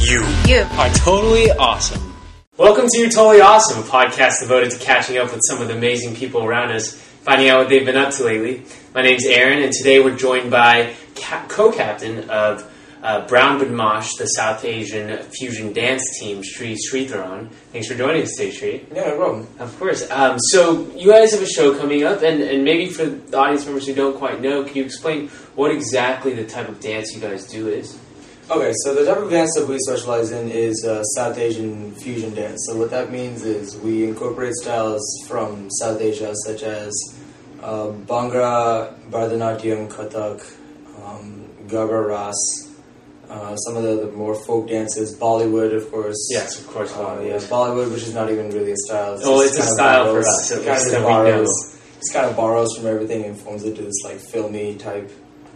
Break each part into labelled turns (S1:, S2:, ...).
S1: you
S2: are totally awesome. Welcome to You're Totally Awesome, a podcast devoted to catching up with some of the amazing people around us, finding out what they've been up to lately. My name's Aaron, and today we're joined by ca- co-captain of uh, Brown Budmash, the South Asian fusion dance team, Sri Sridharan. Thanks for joining us today, Sri.
S3: Yeah, no problem.
S2: Of course. Um, so you guys have a show coming up, and, and maybe for the audience members who don't quite know, can you explain what exactly the type of dance you guys do is?
S3: Okay, so the type of dance that we specialize in is uh, South Asian fusion dance. So what that means is we incorporate styles from South Asia, such as uh, Bhangra, Bharatanatyam, Kathak, um, Garba Ras, uh, some of the, the more folk dances, Bollywood, of course.
S2: Yes, of course.
S3: Uh, yeah, Bollywood, which is not even really a style.
S2: Oh,
S3: just
S2: it's a
S3: kind of
S2: style for
S3: borrows-
S2: us, at
S3: kind
S2: least
S3: of
S2: that we
S3: borrows- Just kind of borrows from everything and forms it to this like filmy type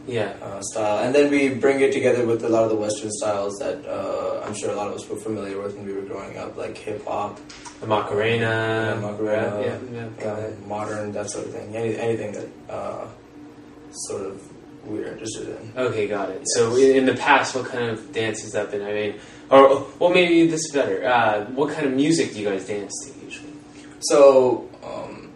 S2: Yeah.
S3: uh, style, and then we bring it together with a lot of the Western styles that uh, I'm sure a lot of us were familiar with when we were growing up, like hip hop,
S2: The
S3: Yeah,
S2: Macarena.
S3: Macarena.
S2: Yeah, yeah. got
S3: uh,
S2: it.
S3: modern, that sort of thing. Any, anything that uh, sort of we're interested in.
S2: Okay, got it. So in, in the past, what kind of dance has that been? I mean, or well, maybe this is better. Uh, what kind of music do you guys dance to usually?
S3: So um,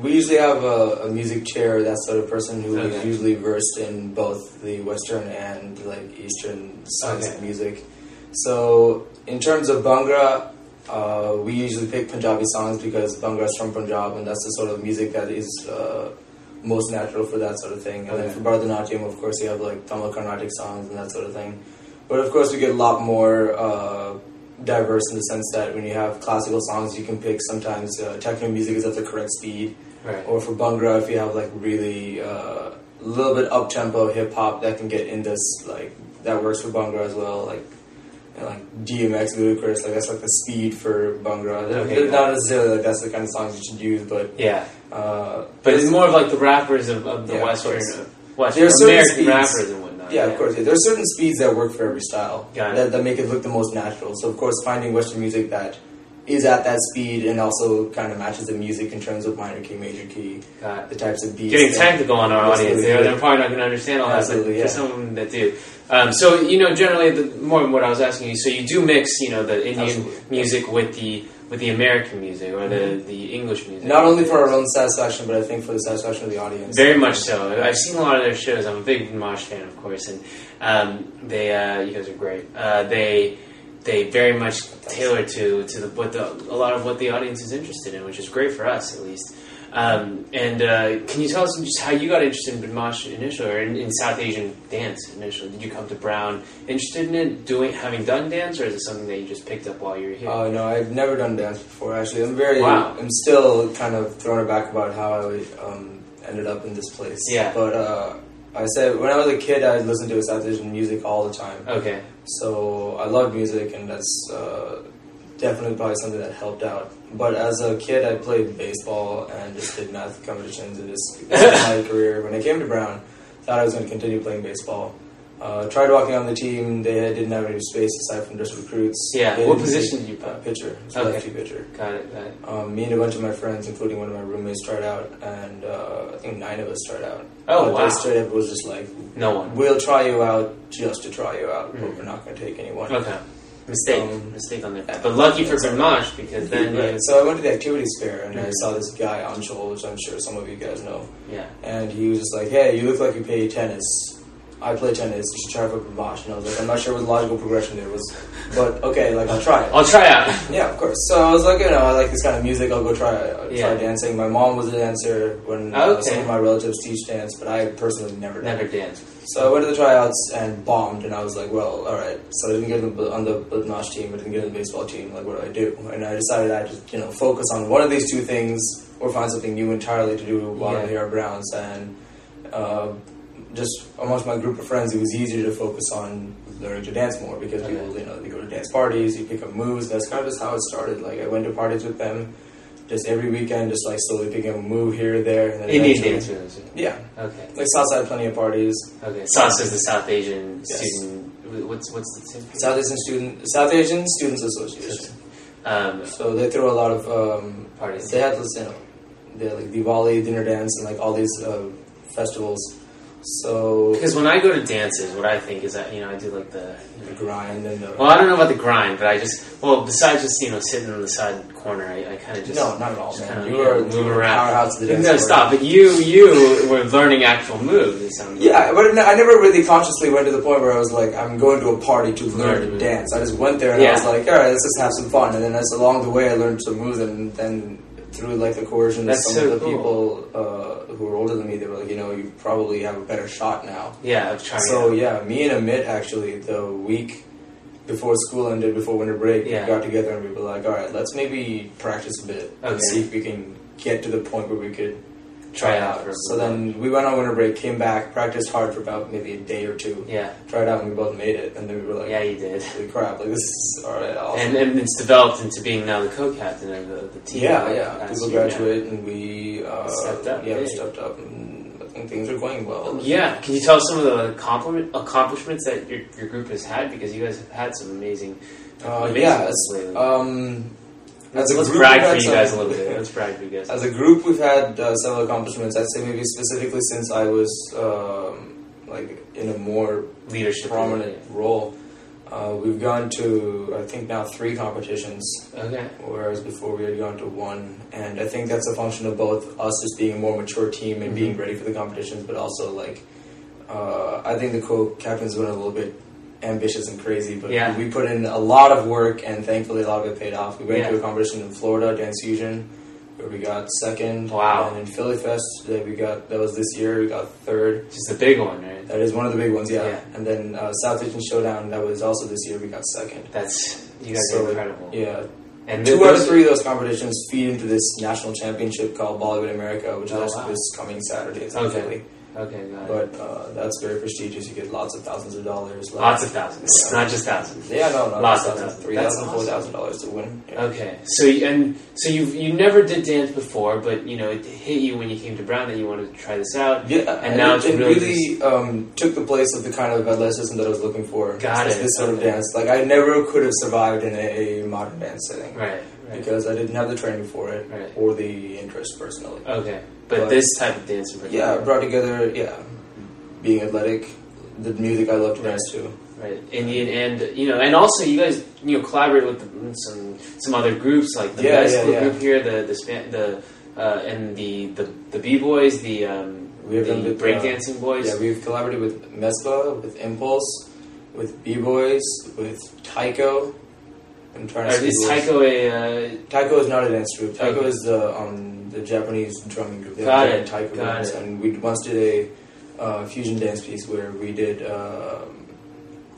S3: we usually have a, a music chair, that sort of person who is
S2: Okay.
S3: usually versed in both the Western and like Eastern styles
S2: Okay.
S3: of music. So in terms of Bhangra, uh, we usually pick Punjabi songs because Bhangra is from Punjab, and that's the sort of music that is uh, most natural for that sort of thing. And then
S2: Okay.
S3: for Bharatanatyam, of course, you have like Tamil Carnatic songs and that sort of thing. But of course, we get a lot more uh, diverse in the sense that when you have classical songs, you can pick sometimes uh, techno music is at the correct speed,
S2: Right.
S3: or for Bhangra, if you have like really a little bit up tempo hip hop that can get in this like that works for Bhangra as well. Like and like DMX, Ludacris, like that's like the speed for Bhangra. They're-
S2: Okay.
S3: they're not necessarily like that's the kind of songs you should use, but
S2: Yeah,
S3: uh,
S2: but it's more of like the rappers of, of the
S3: Yeah, of
S2: Western,
S3: course.
S2: uh, Western
S3: There are certain
S2: American
S3: speeds.
S2: rappers and whatnot.
S3: Yeah, of course. Yeah, there are certain speeds that work for every style
S2: Got it.
S3: that, that make it look the most natural. So, of course, finding Western music that is at that speed and also kind of matches the music in terms of minor key, major key,
S2: Got it.
S3: the types of beats.
S2: Getting
S3: that-
S2: technical on our
S3: Absolutely,
S2: audience, they're,
S3: yeah.
S2: they're probably not going to understand all that. But
S3: Absolutely, yeah.
S2: for some that do, um, so you know, generally, the, more than what I was asking you, so you do mix, you know, the Indian
S3: Absolutely.
S2: music with the with the American music or the, the English music,
S3: Mm-hmm. Not only for our own satisfaction, but I think for the satisfaction of the audience.
S2: Very much so. I've seen a lot of their shows. I'm a big Mosh fan, of course, and um, they uh, you guys are great. Uh, they they very much tailor to to the, what the a lot of what the audience is interested in, which is great for us at least. Um, and uh, can you tell us just how you got interested in Mosh initially, or in, in South Asian dance initially? Did you come to Brown interested in it, doing having done dance, or is it something that you just picked up while you were here?
S3: Oh no, I've never done dance before. Actually, I'm very,
S2: Wow.
S3: I'm still kind of thrown aback about how I um, ended up in this place.
S2: Yeah.
S3: But uh, I said when I was a kid, I listened to South Asian music all the time.
S2: okay,
S3: So I love music, and that's uh, definitely probably something that helped out. But as a kid, I played baseball and just did math competitions and just my career. When I came to Brown, thought I was going to continue playing baseball. Uh, tried walking on the team. They had- didn't have any space aside from just recruits.
S2: Yeah,
S3: They
S2: what
S3: didn't-
S2: position did you play?
S3: Uh, pitcher. It's
S2: Okay.
S3: Lefty pitcher.
S2: got it. Got it.
S3: Um, me and a bunch of my friends, including one of my roommates, tried out, and uh, I think nine of us tried out.
S2: Oh,
S3: but
S2: wow.
S3: They straight up was just like,
S2: No one.
S3: "We'll try you out just to try you out, but
S2: Mhm.
S3: we're not going to take anyone."
S2: Okay. Mistake,
S3: Um,
S2: mistake on their part. But lucky for Grimash because then
S3: Right,
S2: it's
S3: uh, So I went to the activities fair and I
S2: Mhm.
S3: saw this guy Anshul, which I'm sure some of you guys know,
S2: yeah.
S3: and he was just like, "Hey, you look like you play tennis. I play tennis. You should try for Bosch." And I was like, "I'm not sure what logical progression there was, but okay, like I'll try it."
S2: I'll try out.
S3: Yeah, of course. So I was like, you know, I like this kind of music. I'll go try uh,
S2: Yeah.
S3: try dancing. My mom was a dancer when uh,
S2: Okay.
S3: some of my relatives teach dance, but I personally never danced.
S2: Never dance.
S3: So I went to the tryouts and bombed, and I was like, well, all right. So I didn't get on the, on the Budmash team, I didn't get on the baseball team. Like, what do I do? And I decided I just, you know, focus on one of these two things or find something new entirely to do while
S2: Yeah.
S3: I'm here at Browns. And uh, just amongst my group of friends, it was easier to focus on learning to dance more because
S2: Okay.
S3: people, you know, they go to dance parties, you pick up moves. That's kind of just how it started. Like, I went to parties with them just every weekend, just like slowly picking up a move here or there. And then
S2: Indian
S3: eventually-
S2: dancers.
S3: Yeah.
S2: Okay.
S3: Like, Southside had plenty of parties.
S2: Okay. Sasa is the South Asian
S3: Yes.
S2: student. What's what's the team?
S3: South Asian Student South Asian Students Association.
S2: Um,
S3: So they throw a lot of um,
S2: Parties.
S3: They had this, you know, they had like Diwali dinner dance and like all these uh, festivals. So
S2: Because when I go to dances, what I think is that you know I do like the. You
S3: the
S2: know,
S3: grind and uh, the
S2: well, I don't know about the grind, but I just well besides just you know sitting on the side corner, I, I kind of just
S3: no, not at all,
S2: just
S3: man.
S2: kinda,
S3: You
S2: yeah,
S3: were
S2: move
S3: you were
S2: around.
S3: powerhouse of the dance.
S2: no
S3: floor.
S2: stop. But you you were learning actual moves. It sounded like.
S3: Yeah, but I never really consciously went to the point where I was like, I'm going to a party to learn to
S2: Mhm.
S3: dance. I just went there and I
S2: Yeah.
S3: was like, all right, let's just have some fun. And then as along the way, I learned some moves, and then through like the coercion of
S2: That's
S3: some
S2: so
S3: of the
S2: cool.
S3: people uh, who were older than me, they were like, you know, you probably have a better shot now.
S2: Oh, yeah, I was trying.
S3: So
S2: it out.
S3: yeah, me and Amit actually the week before school ended, before winter break,
S2: Yeah.
S3: we got together and we were like, all right, let's maybe practice a bit and
S2: Okay.
S3: see if we can get to the point where we could
S2: Try out for-
S3: So then we went on winter break, came back, practiced hard for about maybe a day or two,
S2: yeah,
S3: tried out, and we both made it. And then we were like,
S2: yeah, you did.
S3: holy crap, like this is all right. Awesome.
S2: And, and it's developed into being now the co-captain of the, the team.
S3: yeah,
S2: Like,
S3: yeah,
S2: last
S3: people
S2: year now.
S3: graduate and we uh,
S2: Stepped up,
S3: Yeah, we
S2: big.
S3: stepped up, and I think things are going well.
S2: Yeah, can you tell us some of the compliment, accomplishments that your, your group has had? Because you guys have had some amazing,
S3: Uh,
S2: amazing
S3: yeah.
S2: ones lately.
S3: Um, as a
S2: let's
S3: group,
S2: brag
S3: we've had
S2: for you
S3: some-
S2: guys a little bit. Let's brag for you guys.
S3: As a group, we've had uh, several accomplishments. I'd say maybe specifically since I was um, like in a more
S2: Leadership.
S3: prominent role, uh, we've gone to I think now three competitions,
S2: Okay.
S3: whereas before we had gone to one. And I think that's a function of both us just being a more mature team and
S2: Mm-hmm.
S3: being ready for the competitions, but also like uh, I think the co-captains went a little bit ambitious and crazy, but
S2: Yeah.
S3: we put in a lot of work, and thankfully a lot of it paid off. We went
S2: Yeah.
S3: to a competition in Florida, Dance Fusion, where we got second.
S2: Wow.
S3: And in Philly Fest, that we got that was this year, we got third.
S2: Just a big one, right?
S3: That is one of the big ones, yeah.
S2: Yeah.
S3: And then uh, South Asian Showdown, that was also this year, we got second.
S2: That's you guys
S3: So,
S2: are incredible.
S3: Yeah,
S2: And
S3: two
S2: th-
S3: out of
S2: those-
S3: three of those competitions feed into this national championship called Bollywood America, which
S2: Oh,
S3: is actually
S2: wow.
S3: this coming Saturday. It's in
S2: Okay.
S3: Philly.
S2: Okay, got it.
S3: But uh, that's very prestigious. You get lots of thousands of dollars. like-
S2: Lots of thousands,
S3: uh, Yeah.
S2: not just thousands.
S3: Yeah, no, no,
S2: Lots of Uh,
S3: thousands,
S2: thousands.
S3: three
S2: That's
S3: thousand, four thousand dollars to win. Yeah.
S2: Okay, so you, and so you you never did dance before, but you know it hit you when you came to Brown that you wanted to try this out.
S3: Yeah,
S2: And now it's
S3: it, it
S2: really
S3: really um, took the place of the kind of athleticism that I was looking for.
S2: Got
S3: It's
S2: it.
S3: This sort of
S2: Okay.
S3: dance, like I never could have survived in a modern dance setting
S2: Right. Right.
S3: because I didn't have the training for it
S2: Right.
S3: or the interest personally.
S2: Okay, but,
S3: But-
S2: this type of dance in
S3: Yeah,
S2: particular.
S3: it brought together yeah, being athletic, the music I love to dance to.
S2: Right, and you, and you know, and also you guys you know collaborate with the, mm, some some other groups like the
S3: Yeah,
S2: best
S3: yeah, yeah.
S2: group here, the the span, the uh, and the the the b boys, the um,
S3: We have
S2: the
S3: done with, uh,
S2: breakdancing boys.
S3: Yeah, we've collaborated with Mespa, with Impulse, with B Boys, with Tycho. I'm trying to
S2: Or
S3: see
S2: is
S3: who else.
S2: Taiko a uh,
S3: Taiko is not a dance group. Taiko
S2: Okay.
S3: is the um, the Japanese drumming group. They
S2: Got
S3: have
S2: it,
S3: Taiko
S2: got
S3: dance,
S2: it.
S3: and we once did a uh, fusion dance piece where we did. Um,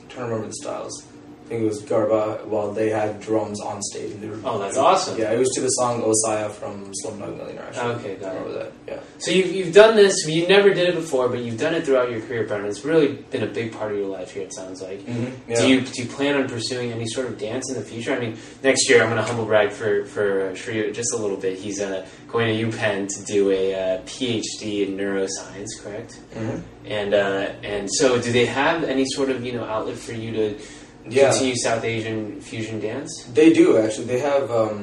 S3: I'm trying to remember the styles. I think it was Garba. While they had drums on stage, and they were,
S2: Oh, that's awesome.
S3: Yeah, it was to the song Osaya from Slumdog Millionaire. Actually.
S2: Okay,
S3: I
S2: got it.
S3: remember that. Yeah.
S2: So you've, you've done this, you never did it before, but you've done it throughout your career, Brown. It's really been a big part of your life here, it sounds like.
S3: Mm-hmm. yeah.
S2: Do you do you plan on pursuing any sort of dance in the future? I mean, next year I'm going to humble brag for for uh, Shri just a little bit. He's uh, going to UPenn to do a uh, PhD in neuroscience, correct?
S3: Mhm.
S2: And uh, and so, do they have any sort of you know outlet for you to
S3: Yeah.
S2: continue South Asian fusion dance?
S3: They do actually. They have um,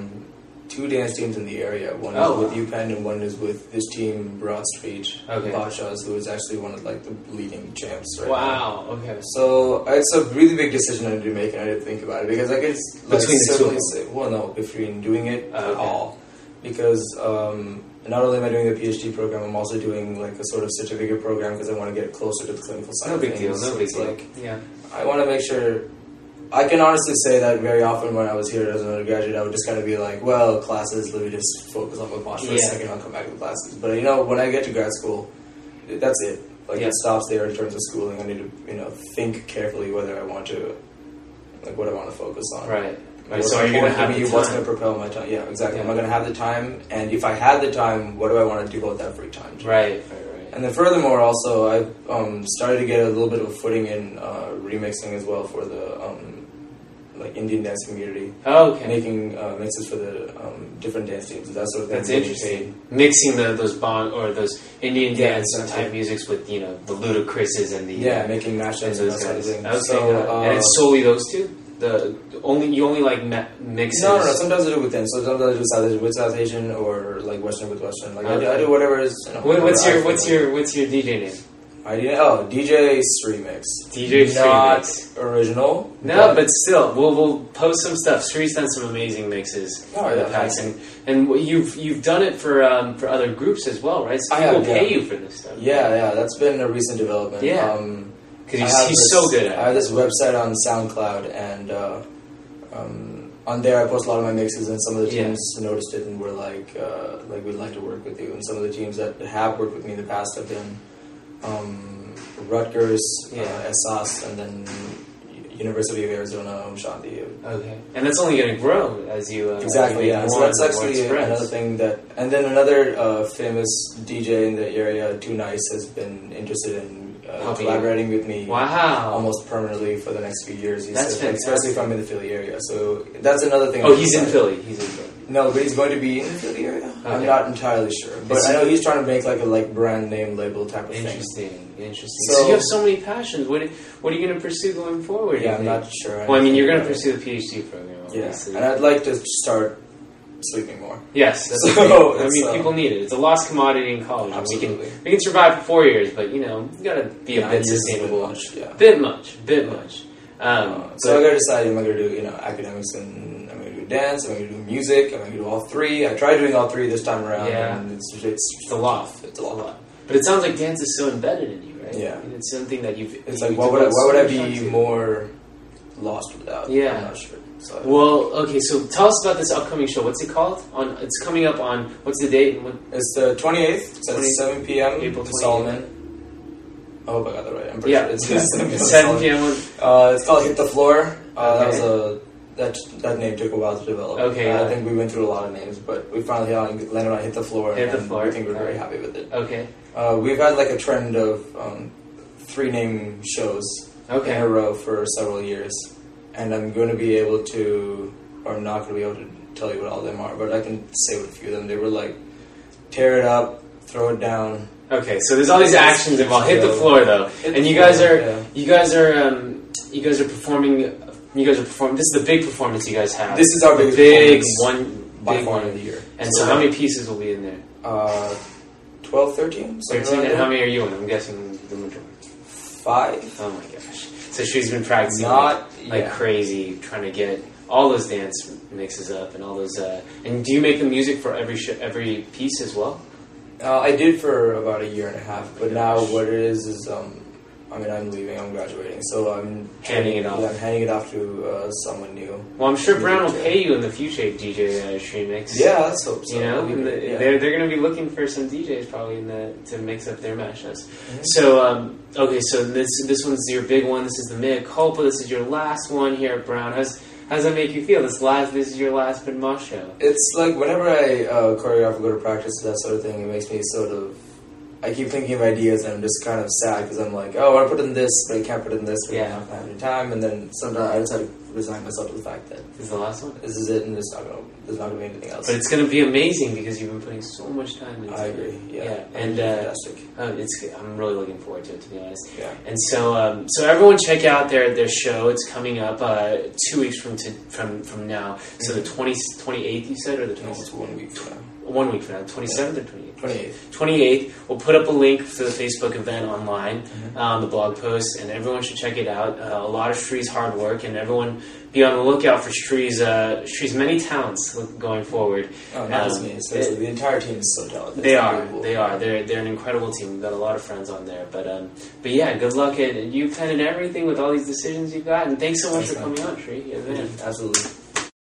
S3: two dance teams in the area. One
S2: Oh,
S3: is
S2: wow.
S3: with UPenn and one is with this team, Broad Street
S2: Okay.
S3: Pashas, who is actually one of like the leading champs right now.
S2: Wow. Okay.
S3: So uh, it's a really big decision I had to make, and I didn't think about it because I could just, like
S2: Between the two of
S3: certainly
S2: them.
S3: say, well, no, between doing it
S2: Oh,
S3: at
S2: okay.
S3: all, because um, not only am I doing the PhD program, I'm also doing like a sort of certificate program because I want to get closer to the clinical side.
S2: No
S3: of
S2: big deal.
S3: things.
S2: No big
S3: It's
S2: deal.
S3: like
S2: yeah.
S3: I want to make sure. I can honestly say that very often when I was here as an undergraduate, I would just kind of be like, well, classes, let me just focus on my boss for a
S2: Yeah.
S3: second, I'll come back to classes. But you know, when I get to grad school, that's it. Like,
S2: Yeah.
S3: it stops there in terms of schooling. I need to, you know, think carefully whether I want to, like, what I want to focus on.
S2: Right. Right.
S3: What's
S2: So are you going to
S3: important
S2: have
S3: me?
S2: the
S3: What's
S2: time?
S3: going to propel my time? Yeah, exactly.
S2: Yeah.
S3: Am I going to have the time? And if I had the time, what do I want to do with that free time? to?
S2: Right, right, right.
S3: And then furthermore, also I um, started to get a little bit of a footing in uh, remixing as well for the um, like Indian dance community,
S2: Oh, okay.
S3: making uh, mixes for the um, different dance teams. and That sort of thing.
S2: That's
S3: Getting
S2: interesting. Mixing the, those bond or those Indian
S3: Yeah,
S2: dance
S3: exactly.
S2: type musics with you know the Ludacris's and the
S3: paid. Yeah, making
S2: and
S3: mashups and that
S2: those
S3: sort of
S2: guys.
S3: thing.
S2: Okay, got it.
S3: so uh,
S2: and it's solely those two. The only you only like ma- mixes.
S3: no, no, no. Sometimes I do with them. So sometimes I do South Asian with South Asian or like Western with Western. Like I, do, I
S2: Okay.
S3: do whatever is. You know,
S2: What-
S3: whatever
S2: what's
S3: I
S2: your
S3: feel
S2: what's
S3: like.
S2: your what's your DJ name?
S3: idea. Oh, DJ's remix.
S2: DJ's
S3: Not
S2: remix.
S3: original.
S2: No, but still, we'll we'll post some stuff. Street's done some amazing mixes
S3: Oh,
S2: in the
S3: yeah,
S2: past, and, and you've you've done it for um, for other groups as well, right? So
S3: I
S2: people
S3: have,
S2: pay
S3: yeah.
S2: you for this stuff,
S3: yeah, yeah, that's been a recent development.
S2: Yeah.
S3: Um,
S2: because
S3: I
S2: he's,
S3: have
S2: he's
S3: this-
S2: so good
S3: I
S2: at
S3: have
S2: it.
S3: this website on SoundCloud, and uh, um, on there I post a lot of my mixes, and some of the
S2: Yeah.
S3: teams noticed it and were like, uh, like we'd like to work with you. And some of the teams that have worked with me in the past have been um, Rutgers,
S2: Yeah.
S3: uh, SAS, and then U- University of Arizona, Om Shanti.
S2: Okay, and that's only going to grow as you uh,
S3: Exactly,
S2: you
S3: yeah.
S2: get
S3: So
S2: more
S3: that's
S2: and more
S3: actually
S2: it spreads.
S3: another thing that, and then another uh, famous DJ in the area, Too Nice, has been interested in uh,
S2: Helping you.
S3: collaborating with me
S2: Wow.
S3: almost permanently for the next few years. He
S2: That's
S3: said, like, especially if I'm in the Philly area. So that's another thing.
S2: Oh,
S3: I'm
S2: he's in
S3: excited-
S2: Philly. He's in Philly.
S3: No, but he's going to be in the Philly area. I'm
S2: Okay.
S3: not entirely sure, but
S2: It's-
S3: I know he's trying to make like a like brand name label type of thing.
S2: Interesting, interesting. So,
S3: So-
S2: you have so many passions. What what are you going to pursue going forward? you
S3: Yeah, I'm
S2: think?
S3: not sure.
S2: Well, I mean, you're going to pursue the PhD program,
S3: Yeah,
S2: obviously.
S3: and I'd like to start sleeping more.
S2: yes, that's
S3: So,
S2: so, I
S3: it's,
S2: mean,
S3: uh,
S2: people need it. It's a lost commodity in college. and We
S3: Absolutely.
S2: can we can survive for four years, but you know, you got to be a
S3: Nine
S2: bit
S3: years is
S2: sustainable.
S3: much, yeah.
S2: Bit much, bit
S3: Yeah.
S2: much. Um,
S3: Uh, so I
S2: so
S3: gotta decide am I gonna do you know academics and am I gonna do dance? Am I gonna do music? Am I gonna do all three? I tried doing all three this time around.
S2: Yeah.
S3: and it's, it's
S2: it's a lot.
S3: It's a lot.
S2: But it sounds like dance is so embedded in you, right?
S3: Yeah.
S2: I mean, it's something that you've.
S3: It's
S2: you
S3: like why would I,
S2: devote
S3: why would
S2: so
S3: I
S2: much
S3: be
S2: time to.
S3: more lost without?
S2: Yeah.
S3: I'm not sure. So
S2: Well, okay. So tell us about this upcoming show. What's it called? On it's coming up on what's the date and what
S3: it's the 28th. It's at
S2: 20
S3: 7 p.m.
S2: April 28th.
S3: Solomon. I hope I got that right. I'm pretty
S2: Yeah,
S3: sure it's
S2: it's 7 p.m. on-
S3: Uh, it's called Hit the Floor. Uh, That
S2: Okay.
S3: was a that that name took a while to develop.
S2: Okay,
S3: Uh,
S2: yeah.
S3: I think we went through a lot of names, but we finally had- landed on Hit the Floor,
S2: Hit the
S3: and
S2: Floor,
S3: we think we're very
S2: alright.
S3: happy with it.
S2: Okay.
S3: Uh, we've had like a trend of um, three name shows
S2: Okay.
S3: in a row for several years, and I'm going to be able to, or I'm not going to be able to tell you what all of them are, but I can say what a few of them. They were like, tear it up, throw it down.
S2: Okay. So there's all these actions involved. Hit the floor though,
S3: Hit the
S2: and you guys
S3: floor,
S2: are
S3: yeah.
S2: you guys are um, you guys are performing. You guys are performing. This is the big performance you guys have.
S3: This is our
S2: The
S3: biggest
S2: big
S3: performance
S2: one.
S3: by
S2: Big
S3: far
S2: one
S3: of the year.
S2: And so, how many pieces will be in there?
S3: Uh, 12, 13? something
S2: Thirteen.
S3: like
S2: And
S3: that.
S2: how many are you in? I'm guessing the majority.
S3: Five?
S2: Oh my gosh. So she's been practicing
S3: Not
S2: like, like
S3: yeah.
S2: crazy, trying to get all those dance mixes up and all those. Uh, and do you make the music for every sh- every piece as well?
S3: Uh, I did for about a year and a half, but
S2: Gosh.
S3: now what it is is, um, I mean, I'm leaving, I'm graduating, so I'm
S2: Handing it off.
S3: Yeah, I'm handing it off to uh, someone new.
S2: Well, I'm sure
S3: Music
S2: Brown will
S3: too.
S2: pay you in the future, DJ uh, Stream Mix.
S3: Yeah, let's hope so.
S2: You know,
S3: That'd be
S2: and
S3: great,
S2: the-
S3: yeah.
S2: they're, they're going to be looking for some DJs probably in the, to mix up their mashups.
S3: Mm-hmm.
S2: So, um, okay, so this this one's your big one. This is the mea culpa. This is your last one here at Brown. How's, how's that make you feel? This last, this is your last Big Mosh show.
S3: It's like whenever I uh, choreograph or go to practice that sort of thing, it makes me sort of. I keep thinking of ideas and I'm just kind of sad because I'm like, oh, I want to put in this, but I can't put in this, but
S2: Yeah.
S3: I'm not having time. And then sometimes I just have to resign myself to the fact that
S2: This is the last one.
S3: this is it and it's not gonna, there's not going to be anything else.
S2: But it's going to be amazing because you've been putting so much time into
S3: I
S2: it.
S3: agree. Yeah, That'd
S2: And
S3: be
S2: uh,
S3: fantastic.
S2: um, it's, I'm really looking forward to it, to be honest.
S3: Yeah.
S2: And so, um, so everyone, check out their their show. It's coming up uh, two weeks from to, from from now. So the 20, 28th, you said, or the
S3: No, it's
S2: 27th?
S3: one week from now.
S2: One week from now, twenty seventh or twenty eighth.
S3: 28th.
S2: Twenty eighth. We'll put up a link for the Facebook event online uh, on the blog post, and everyone should check it out. Uh, a lot of Shree's hard work, and everyone be on the lookout for Shree's uh, Shree's many talents look- going forward.
S3: Oh, not just
S2: Um,
S3: me. It's basically the entire team is so talented.
S2: They
S3: It's
S2: are.
S3: unbelievable.
S2: They are. They're they're an incredible team. We've got a lot of friends on there. But um, but yeah, good luck and you planning everything with all these decisions you've got. And thanks so much
S3: Thanks,
S2: for
S3: man.
S2: coming on, Tree. Yeah, man.
S3: Absolutely.